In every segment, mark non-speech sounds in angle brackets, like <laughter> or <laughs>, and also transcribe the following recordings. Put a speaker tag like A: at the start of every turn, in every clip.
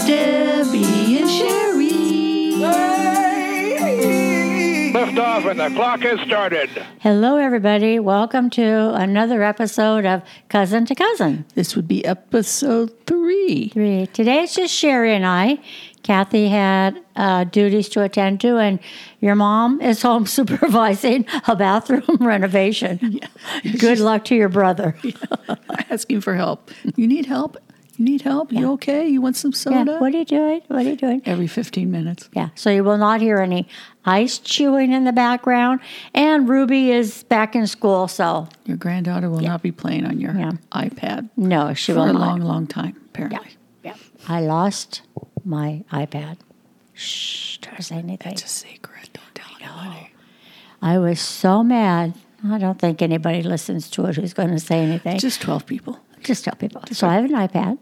A: Debbie and Sherry.
B: Liftoff and the clock has started.
C: Hello, everybody. Welcome to another episode of Cousin to Cousin.
A: This would be episode three.
C: Three. Today it's just Sherry and I. Kathy had uh, duties to attend to, and your mom is home <laughs> supervising a bathroom <laughs> renovation. Good luck to your brother.
A: Asking for help. You need help? You need help? You okay? You want some
C: Yeah,
A: soda?
C: What are you doing? What are you doing?
A: Every 15 minutes.
C: Yeah, so you will not hear any ice chewing in the background. And Ruby is back in school, so
A: Your granddaughter will not be playing on your
C: Yeah.
A: iPad
C: no, she
A: for
C: will
A: a
C: not.
A: long, long time, apparently.
C: Yeah. I lost my iPad. Shh, don't say anything.
A: It's a secret. Don't tell anybody.
C: I was so mad. I don't think anybody listens to it who's going to say anything. Just,
A: Just 12 people.
C: tell people. So I have an iPad.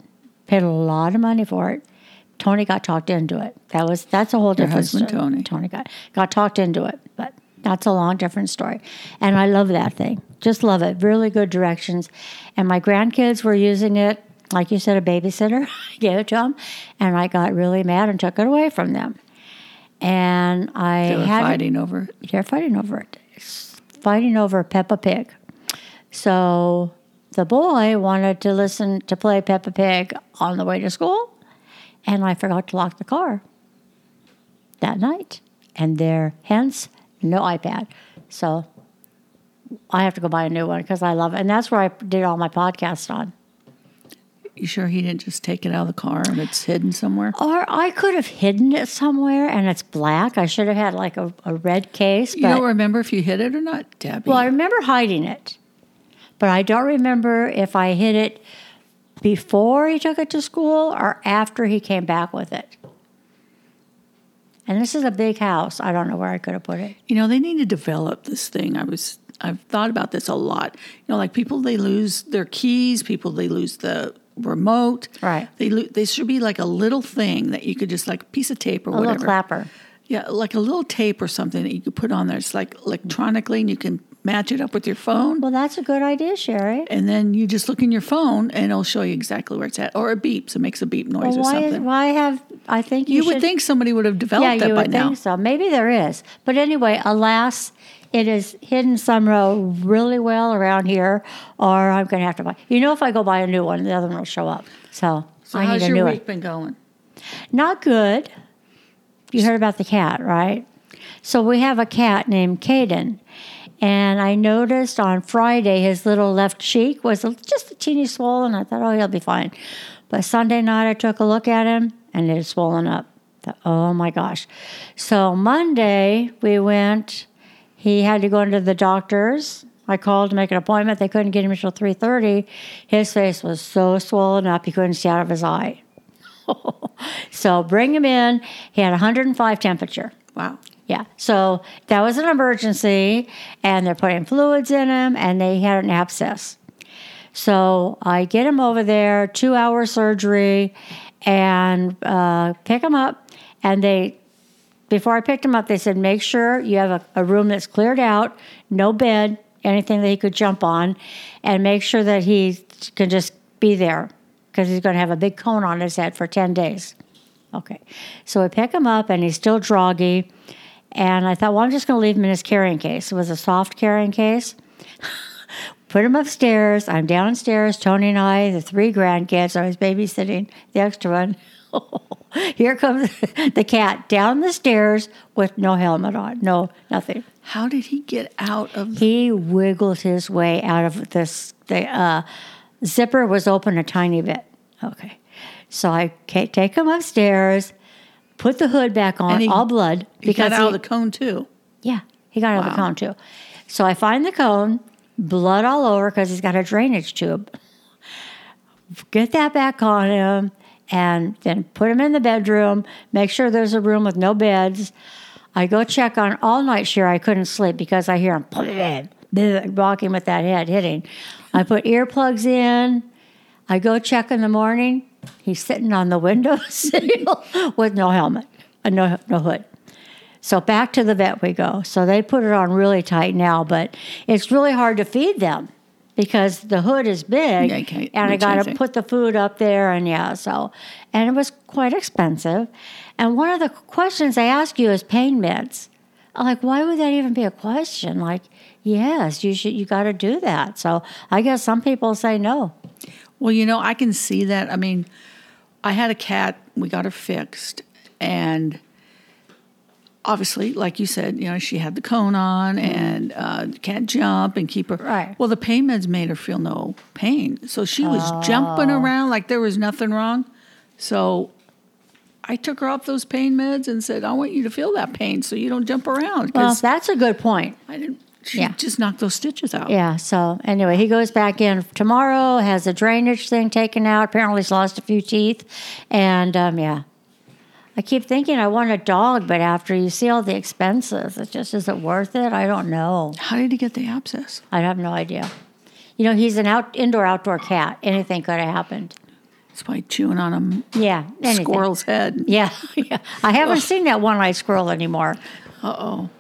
C: Paid a lot of money for it. Tony got talked into it. That was that's a whole different
A: husband,
C: story.
A: Tony.
C: Tony got got talked into it, but that's a long different story. And I love that thing. Just love it. Really good directions. And my grandkids were using it, like you said, a babysitter. <laughs> I gave it to them, and I got really mad and took it away from them. And I
A: They were
C: had it-
A: fighting over it.
C: they're fighting over it. It's fighting over Peppa Pig. So the boy wanted to listen to play Peppa Pig on the way to school, and I forgot to lock the car that night. And there, hence, no iPad. So I have to go buy a new one because I love it. And that's where I did all my podcasts on.
A: You sure he didn't just take it out of the car and it's hidden somewhere?
C: Or I could have hidden it somewhere and it's black. I should have had like a, a red case.
A: You
C: but
A: don't remember if you hit it or not, Debbie?
C: Well, I remember hiding it, but I don't remember if I hid it before he took it to school or after he came back with it. And this is a big house. I don't know where I could have put it.
A: You know, they need to develop this thing. I was I've thought about this a lot. You know, like people they lose their keys, people they lose the remote.
C: Right.
A: They lo- they should be like a little thing that you could just like a piece of tape or
C: A
A: whatever.
C: little clapper.
A: Yeah, like a little tape or something that you could put on there. It's like electronically and you can match it up with your phone.
C: Well, that's a good idea, Sherry.
A: And then you just look in your phone and it'll show you exactly where it's at. Or it beeps, it makes a beep noise
C: Well,
A: or
C: why,
A: something.
C: is, why have I think you,
A: you would
C: should-
A: think somebody would have developed
C: Yeah,
A: that
C: you
A: by
C: would
A: now.
C: think so. Maybe there is, but anyway, alas, it is hidden somehow really well around here, or I'm going to have to buy. You know, if I go buy a new one, the other one will show up. So,
A: So
C: I
A: how's
C: need a
A: your
C: new
A: week
C: one.
A: been going?
C: Not good. You heard about the cat, right? So we have a cat named Caden. And I noticed on Friday his little left cheek was a- just a teeny swollen. I thought, oh, he'll be fine. But Sunday night I took a look at him and it had swollen up. Thought, oh my gosh. So Monday we went. He had to go into the doctor's. I called to make an appointment. They couldn't get him until 3:30. His face was so swollen up he couldn't see out of his eye. So bring him in. He had 105 temperature.
A: Wow.
C: Yeah. So that was an emergency, and they're putting fluids in him, and they had an abscess. So I get him over there, two hour surgery, and uh, pick him up. And they, before I picked him up, they said, make sure you have a, a room that's cleared out, no bed, anything that he could jump on, and make sure that he can just be there because he's going to have a big cone on his head for 10 days. Okay. So I pick him up and he's still droggy. And I thought, well, I'm just going to leave him in his carrying case. It was a soft carrying case. <laughs> Put him upstairs. I'm downstairs. Tony and I, the three grandkids, I was babysitting the extra one. <laughs> Here comes <laughs> the cat down the stairs with no helmet on, no nothing.
A: How did he get out of
C: He wiggled his way out of this. The uh, zipper was open a tiny bit. Okay. So I ca- take him upstairs, put the hood back on,
A: And he-
C: all blood.
A: He got out
C: he-
A: of the cone too.
C: yeah, he got out of the cone too. So I find the cone, blood all over because he's got a drainage tube. Get that back on him and then put him in the bedroom. Make sure there's a room with no beds. I go check on all night sure I couldn't sleep because I hear him walking with that head hitting. I put earplugs in. I go check in the morning. He's sitting on the window <laughs> sill with no helmet, uh, no, no hood. So back to the vet we go. So they put it on really tight now, but it's really hard to feed them because the hood is big
A: Yeah, you can't-
C: and
A: you
C: I got
A: change
C: to
A: it.
C: put the food up there and yeah, so and it was quite expensive. And one of the questions they ask you is pain meds. I'm like, why would that even be a question? Like, yes, you should you got to do that. So I guess some people say no.
A: Well, you know, I can see that. I mean, I had a cat, we got her fixed, and obviously, like you said, you know, she had the cone on and uh, can't jump and keep her.
C: Mm-hmm. Right.
A: Well, the pain meds made her feel no pain. So she was jumping
C: Oh.
A: around like there was nothing wrong. So I took her off those pain meds and said, I want you to feel that pain so you don't jump around.
C: Well,
A: Because
C: that's a good point.
A: I didn't, she
C: yeah.
A: just knocked those stitches out.
C: Yeah. So anyway, he goes back in tomorrow, has a drainage thing taken out. Apparently, he's lost a few teeth, and um, yeah. I keep thinking I want a dog, but after you see all the expenses, it just isn't worth it. I don't know.
A: How did he get the abscess?
C: I have no idea. You know, he's an out indoor outdoor cat. Anything could have happened.
A: It's by chewing on a
C: Yeah. Anything.
A: squirrel's head.
C: Yeah. <laughs> yeah. I haven't seen that one eyed squirrel anymore.
A: Uh oh.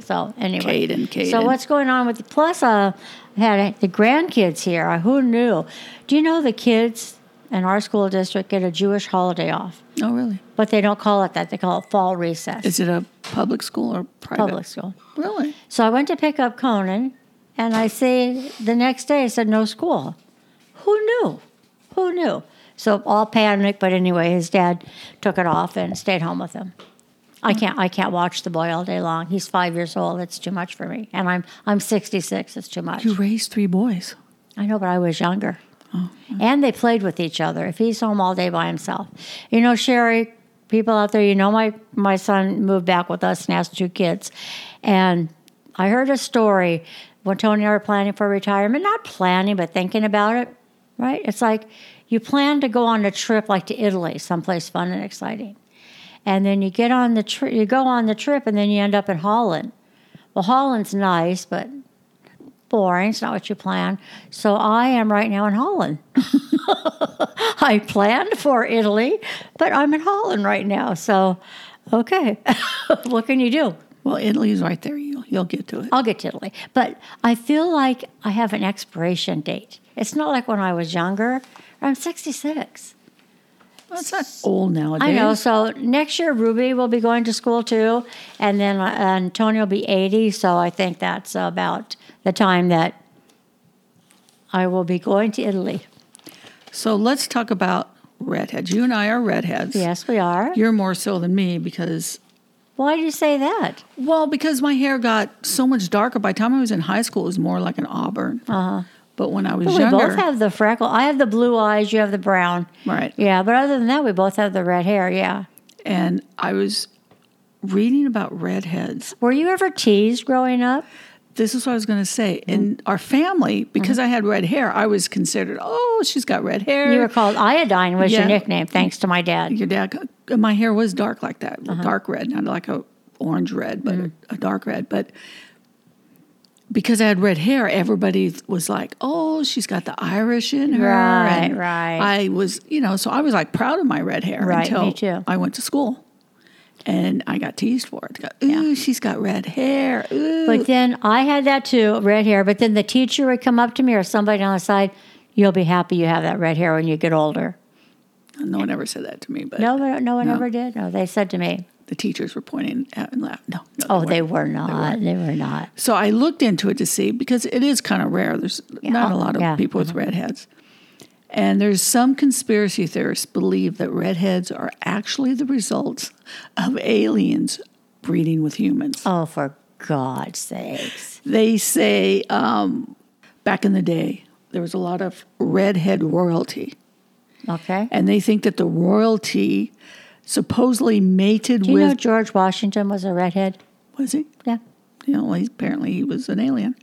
C: So anyway,
A: Caden, Caden.
C: So what's going on with plus? Uh, I had the grandkids here. Who knew? Do you know the kids in our school district get a Jewish holiday off,
A: Oh, really?
C: but they don't call it that. They call it fall recess.
A: Is it a public school or private?
C: public school.
A: Really?
C: So I went to pick up Conan, and I see the next day it said no school. Who knew? Who knew? So all panic. But anyway, his dad took it off and stayed home with him. I can't. I can't watch the boy all day long. He's five years old. It's too much for me, and I'm I'm 66. It's too much.
A: You raised three boys.
C: I know, but I was younger. And they played with each other. If he's home all day by himself, you know, Sherry, people out there, you know, my my son moved back with us and has two kids, and I heard a story when Tony and I were planning for retirement. Not planning, but thinking about it. Right? It's like you plan to go on a trip, like to Italy, someplace fun and exciting, and then you get on the trip, you go on the trip, and then you end up in Holland. Well, Holland's nice, but boring. It's not what you plan. So I am right now in Holland. <laughs> I planned for Italy, but I'm in Holland right now. So, okay, <laughs> what can you do?
A: Well, Italy's right there. You'll, you'll get to it.
C: I'll get to Italy, but I feel like I have an expiration date. It's not like when I was younger. I'm 66.
A: Well, it's not old nowadays.
C: I know. So next year, Ruby will be going to school too, and then uh, Antonio will be 80. So I think that's about the time that I will be going to Italy.
A: So let's talk about redheads. You and I are redheads.
C: Yes, we are.
A: You're more so than me because,
C: Why do you say that?
A: well, because my hair got so much darker. By the time I was in high school, it was more like an auburn. Uh huh. But when I was
C: Uh-huh. We
A: younger,
C: both have the freckle. I have the blue eyes. You have the brown.
A: Right.
C: Yeah, but other than that, we both have the red hair. Yeah.
A: and I was reading about redheads
C: Were you ever teased growing up?
A: this is what I was going to say.
C: Mm-hmm.
A: In our family, because I had red hair, I was considered, oh, she's got red hair.
C: You were called Iodine was your
A: Yeah.
C: nickname, thanks to my dad.
A: Your dad, my hair was dark like that,
C: Uh-huh.
A: dark red, not like a orange red, but
C: Mm-hmm.
A: a, a dark red. But because I had red hair, everybody was like, oh, she's got the Irish in her.
C: Right,
A: and
C: right.
A: I was, you know, so I was like proud of my red hair
C: Right, me
A: until
C: too.
A: I went to school. And I got teased for it. Ooh, she's got red hair. Ooh.
C: But then I had that too, red hair. But then the teacher would come up to me or somebody on the side, you'll be happy you have that red hair when you get older.
A: no one ever said that to me, but
C: No, no no one
A: No.
C: ever did. No, they said to me,
A: the teachers were pointing at and laughing. No, no.
C: oh,
A: weren't.
C: they were not. They were not.
A: So I looked into it to see because it is kind of rare. There's not a lot of
C: Yeah. Mm-hmm.
A: people with redheads. And there's some conspiracy theorists believe that redheads are actually the results of aliens breeding with humans.
C: Oh, for God's sakes.
A: They say um, back in the day, there was a lot of redhead royalty.
C: Okay.
A: And they think that the royalty supposedly mated
C: Do you
A: with.
C: know George Washington was a redhead?
A: was he?
C: Yeah.
A: you know, he, apparently he was an alien.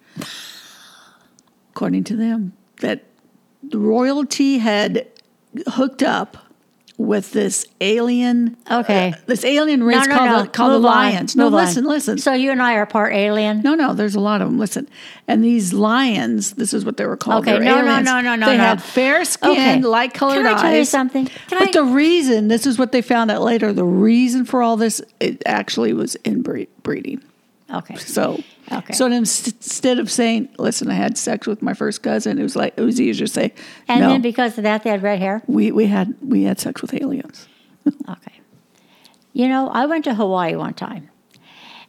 A: According to them, that the royalty had hooked up with this alien, uh,
C: Okay.
A: this alien race called, the, called the
C: Move on.
A: lions.
C: Move
A: no,
C: on.
A: listen, listen.
C: So you and I are part alien.
A: no, no, there's a lot of them. Listen, and these lions, this is what they were called.
C: Okay,
A: they were
C: no, no,
A: aliens.
C: no, no, no,
A: They
C: no.
A: had fair skin,
C: Okay.
A: light colored
C: Can
A: eyes.
C: I tell you something? Can
A: but
C: I-
A: the reason, this is what they found out later. The reason for all this, it actually was inbreeding.
C: Okay.
A: So,
C: Okay.
A: so then s- instead of saying, "Listen, I had sex with my first cousin," it was like it was easier to say,
C: And
A: "No,
C: then because of that, they had red hair.
A: we we had we had sex with aliens."
C: Okay. You know, I went to Hawaii one time,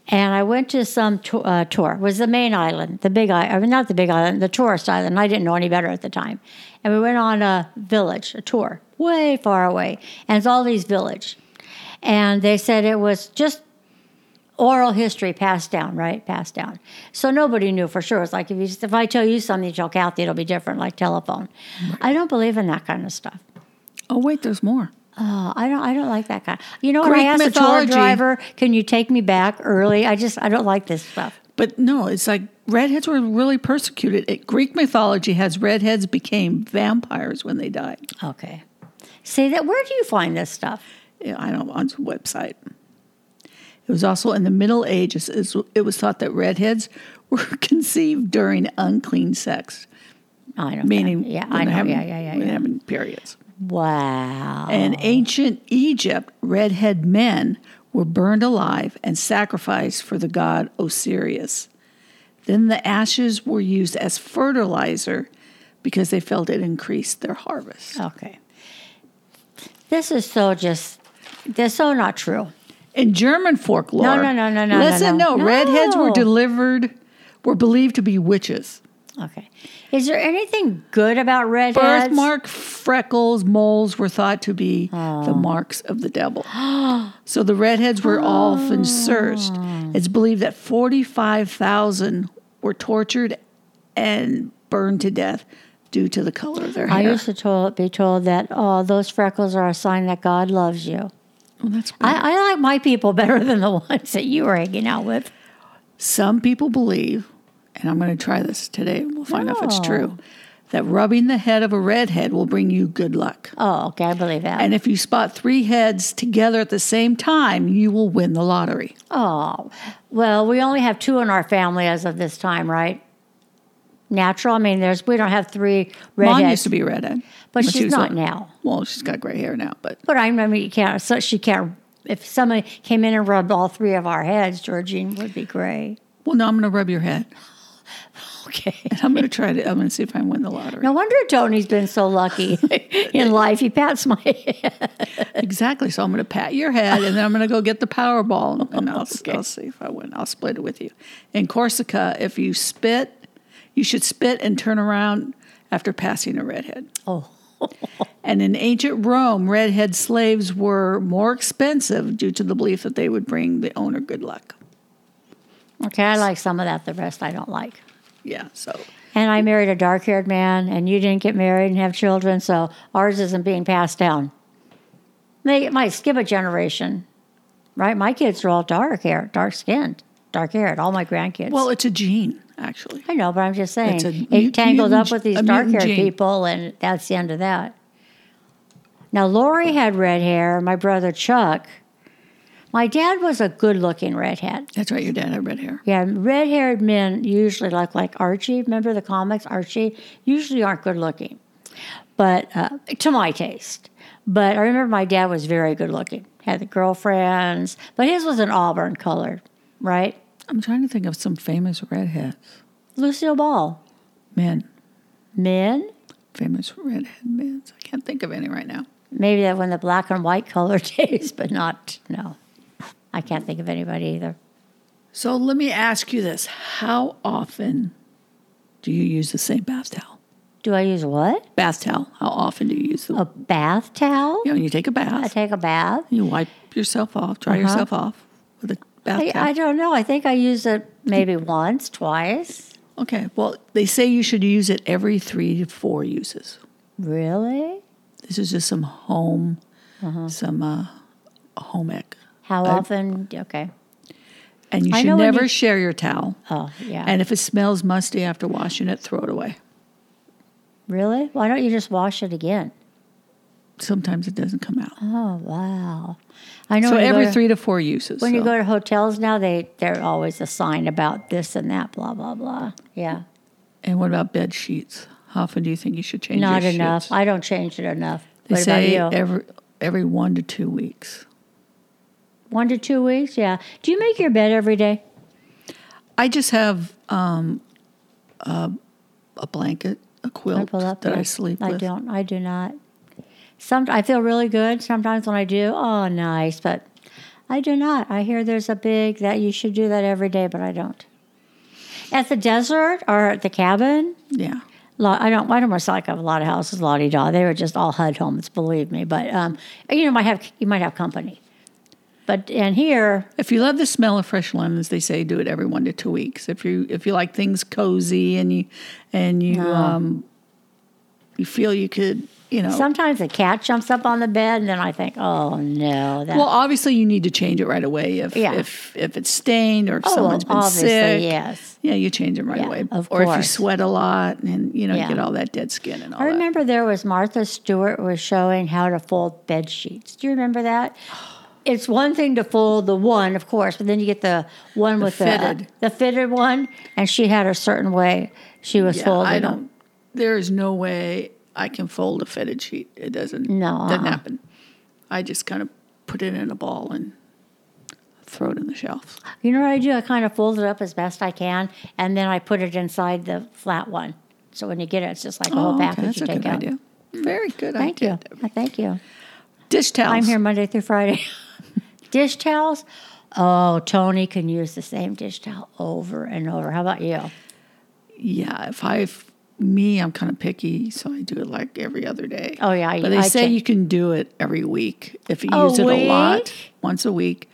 C: and I went to some to- uh, tour. It was the main island, the big island, I mean, not the big island, the tourist island. I didn't know any better at the time, and we went on a village, a tour, way far away, and it's all these village, and they said it was just oral history passed down, right? Passed down. So nobody knew for sure. It's like if you if I tell you something, you tell Kathy, it'll be different, like telephone. I don't believe in that kind of stuff.
A: Oh wait, there's more.
C: Oh, I don't. I don't like that guy. You know, when I
A: Greek
C: asked the tour
A: mythology.
C: driver, "Can you take me back early?" I just I don't like this stuff.
A: But no, it's like redheads were really persecuted. It, Greek mythology has redheads became vampires when they died.
C: Okay. See that? Where do you find this stuff?
A: Yeah, I don't on some website. It was also in the Middle Ages. is- It was thought that redheads <laughs> were conceived during unclean sex,
C: I don't.
A: meaning
C: yeah,
A: when
C: I
A: they're
C: know.
A: having-
C: yeah, yeah, yeah,
A: when they're
C: yeah.
A: having periods.
C: Wow.
A: In ancient Egypt, redhead men were burned alive and sacrificed for the god Osiris. Then the ashes were used as fertilizer because they felt it increased their harvest.
C: Okay. This is so just. This is so not true.
A: In German folklore,
C: no, no, no, no,
A: listen,
C: no.
A: no, redheads were
C: No.
A: delivered, were believed to be witches.
C: Okay. Is there anything good about redheads?
A: Birthmark, freckles, moles were thought to be the marks of the devil. <gasps> so the redheads were often searched. It's believed that 45,000 were tortured and burned to death due to the color of their
C: I
A: hair.
C: used to told, be told that oh, those freckles are a sign that God loves you.
A: Well, that's good.
C: I, I like my people better <laughs> than the ones that you were hanging out with.
A: Some people believe, and I'm going to try this today, and we'll find out if it's
C: No.
A: true, that rubbing the head of a redhead will bring you good luck.
C: Oh, okay, I believe that.
A: And if you spot three heads together at the same time, you will win the lottery.
C: Oh, well, we only have two in our family as of this time, right? Natural. I mean, there's we don't have three
A: Mom used
C: redheads,
A: to be redhead, when
C: but she's
A: she was
C: not
A: little.
C: now.
A: Well, she's got gray hair now, but
C: But I remember you can't. So she can't. If somebody came in and rubbed all three of our heads, Georgine would be gray.
A: well, no, I'm going to rub your head. <laughs>
C: Okay.
A: I'm going to try to. I'm going to see if I win the lottery.
C: No wonder Tony's been
A: <laughs>
C: so lucky in life. He pats my <laughs> head.
A: Exactly. So I'm going to pat your head, and then I'm going to go get the Powerball, and
C: <laughs>
A: I'll, I'll see if I win. I'll split it with you. In Corsica, if you spit, you should spit and turn around after passing a redhead.
C: Oh. <laughs>
A: And in ancient Rome, redhead slaves were more expensive due to the belief that they would bring the owner good luck.
C: Okay, I like some of that. The rest I don't like.
A: Yeah. So
C: And I married a dark haired man, and you didn't get married and have children, so ours isn't being passed down. They might skip a generation, right? My kids are all dark hair, dark skinned, dark haired, all my grandkids.
A: Well, it's a gene, actually.
C: I know, but I'm just saying
A: It's a
C: it
A: mut-
C: tangled
A: mutant
C: up with these
A: g- a
C: dark
A: mutant
C: haired
A: gene.
C: people, and that's the end of that. Now, Lori had red hair, my brother Chuck. My dad was a good looking redhead.
A: That's right. Your dad had red hair.
C: Yeah, red haired men usually look like Archie. Remember the comics? Archie usually aren't good looking, but uh, to my taste. But I remember my dad was very good looking, had the girlfriends, but his was an auburn color, right?
A: I'm trying to think of some famous redheads,
C: Lucille Ball.
A: men,
C: Men?
A: famous redhead men. I can't think of any right now.
C: Maybe that when the black and white color <laughs> days, but not, no. I can't think of anybody either.
A: So let me ask you this: How often do you use the same bath towel?
C: Do I use what?
A: Bath towel. How often do you use the?
C: A bath towel?
A: You know, you Oh. take Uh-huh. a
C: I
A: bath,
C: take a bath.
A: you wipe yourself off, dry yourself off with a bath
C: I,
A: towel.
C: I don't know. I think I use it maybe once, twice.
A: okay. Well, they say you should use it every three to four uses.
C: Really?
A: This is just some home, some uh, home ec.
C: How often? Okay.
A: And you
C: I
A: should
C: know when
A: never
C: you-
A: share your towel.
C: Oh, yeah.
A: And if it smells musty after washing it, throw it away.
C: really? Why don't you just wash it again?
A: Sometimes it doesn't come out.
C: Oh, wow. I know.
A: So
C: when you go
A: every
C: to-
A: three to four uses.
C: When you
A: so.
C: go to hotels now, they they're always a sign about this and that, blah blah blah. Yeah.
A: and what about bed sheets? How often do you think you should change?
C: Not
A: your
C: enough.
A: Sheets?
C: I don't change it enough.
A: They
C: what
A: say
C: about you?
A: every every one to two weeks.
C: One to two weeks. Yeah. Do you make your bed every day?
A: I just have um, a, a blanket, a
C: I
A: quilt
C: pull up.
A: that I
C: yeah.
A: sleep
C: I
A: with.
C: don't. I do not. Some I feel really good sometimes when I do. Oh, nice, but I do not. I hear there's a big that you should do that every day, but I don't. At the desert or at the cabin,
A: Yeah.
C: lo- I don't. I don't want to like I have a lot of houses, Lottie Daw. They were just all HUD homes, believe me. But um, you know, might have you might have company. But and here,
A: If you love the smell of fresh lemons, they say do it every one to two weeks. If you if you like things cozy and you and you
C: Uh-huh.
A: um, you feel you could, you know.
C: sometimes the cat jumps up on the bed, and then I think, oh no, that
A: well, obviously you need to change it right away if
C: Yeah.
A: if if it's stained or if
C: oh, well,
A: someone's been
C: obviously,
A: sick.
C: yes.
A: Yeah, you change them right
C: Yeah,
A: away.
C: of
A: or if you
C: course.
A: sweat a lot and you know
C: Yeah.
A: you get all that dead skin and all
C: I
A: that.
C: remember there was Martha Stewart was showing how to fold bed sheets. Do you remember
A: <gasps>
C: that? It's one thing to fold the one, of course, but then you get the one with the uh,
A: fitted.
C: the fitted one, and she had a certain way she was
A: Yeah,
C: folding.
A: I
C: them.
A: don't. There is no way I can fold a fitted sheet. It doesn't.
C: No,
A: doesn't
C: uh-uh.
A: happen. I just kind of put it in a ball and throw it in the shelf.
C: You know what I do? I kind of fold it up as best I can, and then I put it inside the flat one. So when you get it, it's just like a whole package
A: Oh, that's
C: you
A: a
C: take
A: good
C: out.
A: idea. Very good
C: Thank you.
A: idea.
C: I Thank you.
A: Dish towels.
C: I'm here Monday through Friday. <laughs> dish towels. Oh, Tony can use the same dish towel over and over. How about you?
A: Yeah, if I if me, I'm kind of picky, so I do it like every other day.
C: Oh, yeah,
A: but they
C: I
A: say
C: cha-
A: you can do it every week if you
C: A
A: use it a lot,
C: week?
A: once a week.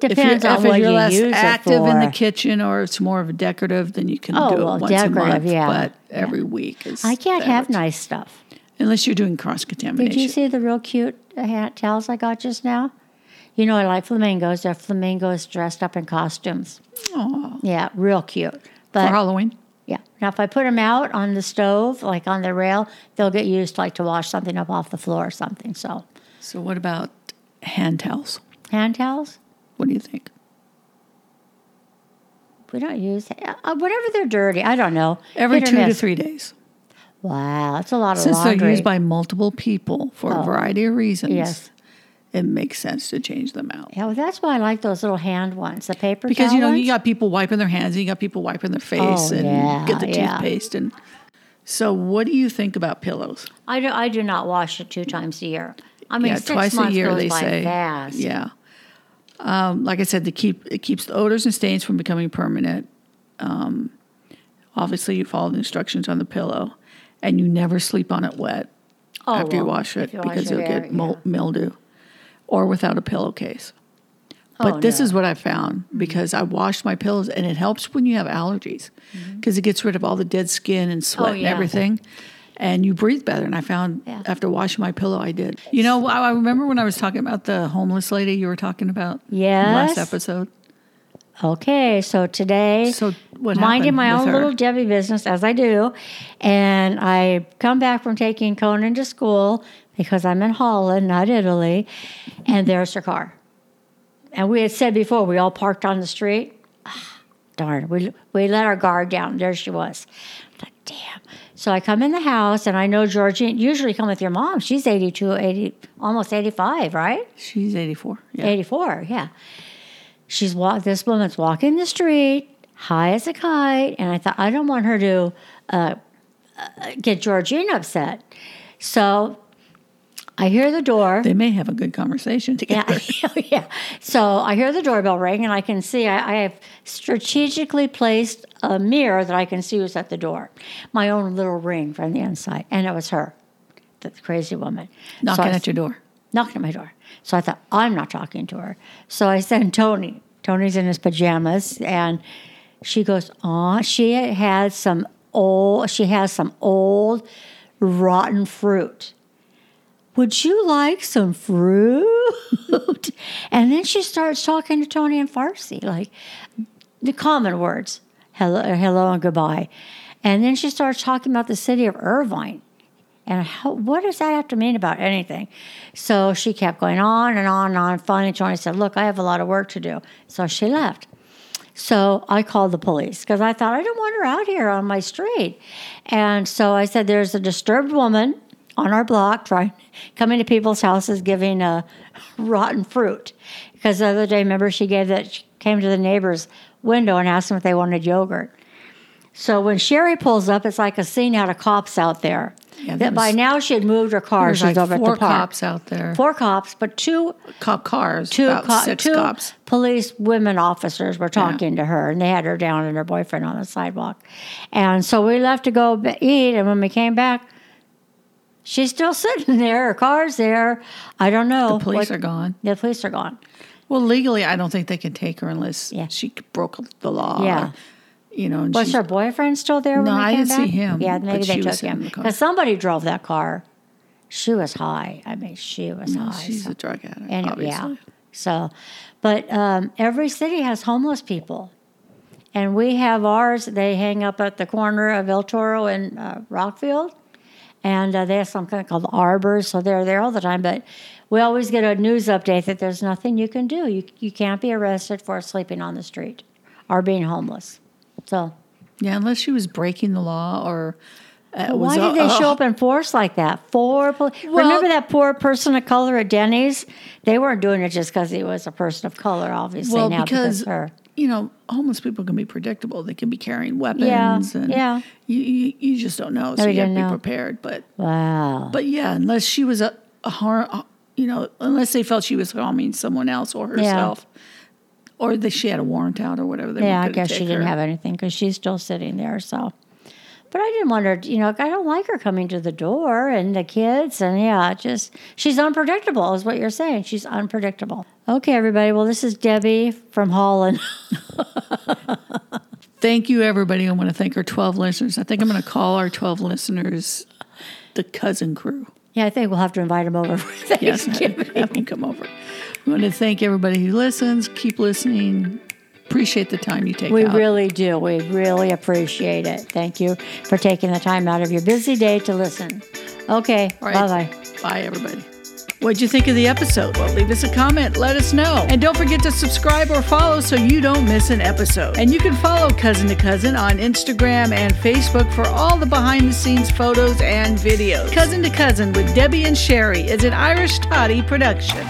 C: Depends on
A: if
C: what
A: you're
C: you
A: less
C: use
A: active
C: it for.
A: in the kitchen or it's more of a decorative, then you can
C: Oh,
A: do it
C: well,
A: once a month.
C: decorative, yeah.
A: But every week is
C: I can't have
A: average.
C: nice stuff.
A: unless you're doing cross
C: Did you
A: contamination.
C: see the real cute hat towels I got just now? You know, I like flamingos. They're flamingos dressed up in costumes. Yeah, real cute.
A: For
C: But
A: Halloween,
C: yeah, now if I put them out on the stove, like on the rail, they'll get used like to wash something up off the floor or something. So
A: so what about hand towels?
C: hand towels,
A: What do you think?
C: we don't use uh, whatever they're dirty. I don't know.
A: Every
C: Hit or
A: two to
C: miss.
A: three days.
C: Wow, that's a lot of
A: Since
C: laundry. Oh.
A: they're used by multiple people for a variety of reasons,
C: Yes.
A: it makes sense to change them out.
C: yeah, well, that's why I like those little hand ones, the paper
A: Because
C: towel
A: you know
C: ones.
A: you got people wiping their hands, and you got people wiping their face,
C: Oh,
A: and
C: yeah,
A: get the
C: yeah.
A: toothpaste. And so, what do you think about pillows?
C: I do, I do not wash it two times a year. I mean,
A: yeah,
C: six
A: twice
C: months
A: a year
C: goes
A: they
C: by
A: say.
C: fast.
A: Yeah. Um, like I said, to keep it keeps the odors and stains from becoming permanent. Um, obviously, you follow the instructions on the pillow, and you never sleep on it wet
C: Oh,
A: after you
C: well,
A: wash it
C: if you wash
A: because
C: it
A: you'll
C: there,
A: get mol- mildew, or without a pillowcase. But
C: Oh,
A: this
C: no. Mm-hmm.
A: is what I found because I washed my pillows, and it helps when you have allergies because it gets rid of all the dead skin and sweat
C: Mm-hmm. Oh, yeah.
A: and everything. And you breathe better. And I found
C: Yeah.
A: after washing my pillow, I did. You know, I I remember when I was talking about the homeless lady you were talking about
C: Yes.
A: last episode.
C: Okay, so today,
A: So what
C: minding
A: happened
C: my
A: with
C: own
A: her?
C: little Debbie business as I do, and I come back from taking Conan to school because I'm in Holland, not Italy, and there's her car. And we had said before we all parked on the street. Ah, Darn, we we let our guard down. There she was. I thought, damn. So I come in the house, and I know Georgie. Usually come with your mom. She's 82, 80, almost 85, right?
A: She's 84. Yeah.
C: 84, yeah. She's walk. This woman's walking the street, high as a kite, and I thought I don't want her to uh, uh, get Georgine upset. So I hear the door.
A: They may have a good conversation together.
C: <laughs> Yeah, yeah. So I hear the doorbell ring, and I can see I, I have strategically placed a mirror that I can see who's at the door. My own little ring from the inside, and it was her, the crazy woman
A: Knocking
C: So I-
A: at your door.
C: knocked at my door. So I thought, I'm not talking to her. So I <laughs> sent Tony. Tony's in his pajamas, and she goes, "Oh, she had some old. She has some old, rotten fruit. Would you like some fruit?" <laughs> and then she starts talking to Tony in Farsi, like the common words, hello, hello, and goodbye. And then she starts talking about the city of Irvine. And how, what does that have to mean about anything? So she kept going on and on and on. Finally, Tony said, Look, I have a lot of work to do. So she left. So I called the police because I thought, I don't want her out here on my street. And so I said, There's a disturbed woman on our block, trying, coming to people's houses giving uh, rotten fruit. Because the other day, remember, she gave that, she came to the neighbor's window and asked them if they wanted yogurt. So when Sherry pulls up, it's like a scene out of cops out there.
A: Yeah,
C: that by
A: there's-
C: now she had moved her car.
A: There's like
C: She's over at the
A: four
C: park.
A: cops out there.
C: Four cops, but two
A: cop cars.
C: two
A: about
C: co-
A: six
C: two
A: cops.
C: police women officers were talking to her, and they had her down and her boyfriend on the sidewalk. And so we left to go b- eat, and when we came back, she's still <laughs> sitting there. Her car's there. I don't know.
A: Police
C: what-
A: are gone.
C: The police are gone.
A: Well, legally, I don't think they can take her unless
C: Yeah.
A: she broke the law.
C: Yeah.
A: you know. And
C: Was
A: she's-
C: her boyfriend still there? when
A: No,
C: we
A: I
C: came
A: didn't see
C: back?
A: him,
C: Yeah,
A: but
C: maybe they
A: she
C: took
A: was in
C: him
A: the car.
C: because somebody drove that car. She was high. I mean, she was high.
A: oh, she's
C: so-
A: a drug addict.
C: And it-
A: obviously.
C: yeah, so, but um, every city has homeless people, and we have ours. They hang up at the corner of El Toro and uh, Rockfield, and uh, they have something called arbors, so they're there all the time. But we always get a news update that there's nothing you can do. You you can't be arrested for sleeping on the street or being homeless. So
A: Yeah, unless she was breaking the law or uh,
C: Why
A: was
C: did
A: a-
C: they
A: a- <laughs>
C: show up in force like that? Four. Poli- Remember that poor person of color at Denny's? They weren't doing it just because he was a person of color, obviously.
A: <laughs> Well,
C: now
A: because,
C: her.
A: you know homeless people can be predictable. They can be carrying weapons. and
C: yeah.
A: You, you you just don't know, so
C: we
A: you have to
C: don't
A: be
C: know.
A: prepared. But
C: Wow.
A: but yeah, unless she was a, a har- you know, unless they felt she was harming someone else or herself, or that she had a warrant out or whatever. They
C: Yeah,
A: were
C: I
A: gonna
C: guess she
A: take
C: didn't
A: her.
C: have anything because she's still sitting there. So, but I didn't want her. You know, I don't like her coming to the door and the kids, and yeah, it just she's unpredictable, is what you're saying. She's unpredictable. Okay, everybody. Well, this is Debbie from Holland. <laughs>
A: Thank you, everybody. I want to thank our 12 listeners. I think I'm going to call our 12 listeners the cousin crew.
C: yeah, I think we'll have to invite him over. For <laughs> Thanksgiving.
A: Yes, <laughs> have them come over. We want to thank everybody who listens. Keep listening. Appreciate the time you take
C: We
A: out.
C: really do. We really appreciate it. Thank you for taking the time out of your busy day to listen. Okay,
A: All right.
C: bye bye.
A: Bye, everybody. What'd you think of the episode? Well, leave us a comment. Let us know. And don't forget to subscribe or follow so you don't miss an episode. And you can follow Cousin to Cousin on Instagram and Facebook for all the behind the scenes photos and videos. Cousin to Cousin with Debbie and Sherry is an Irish Toddy production.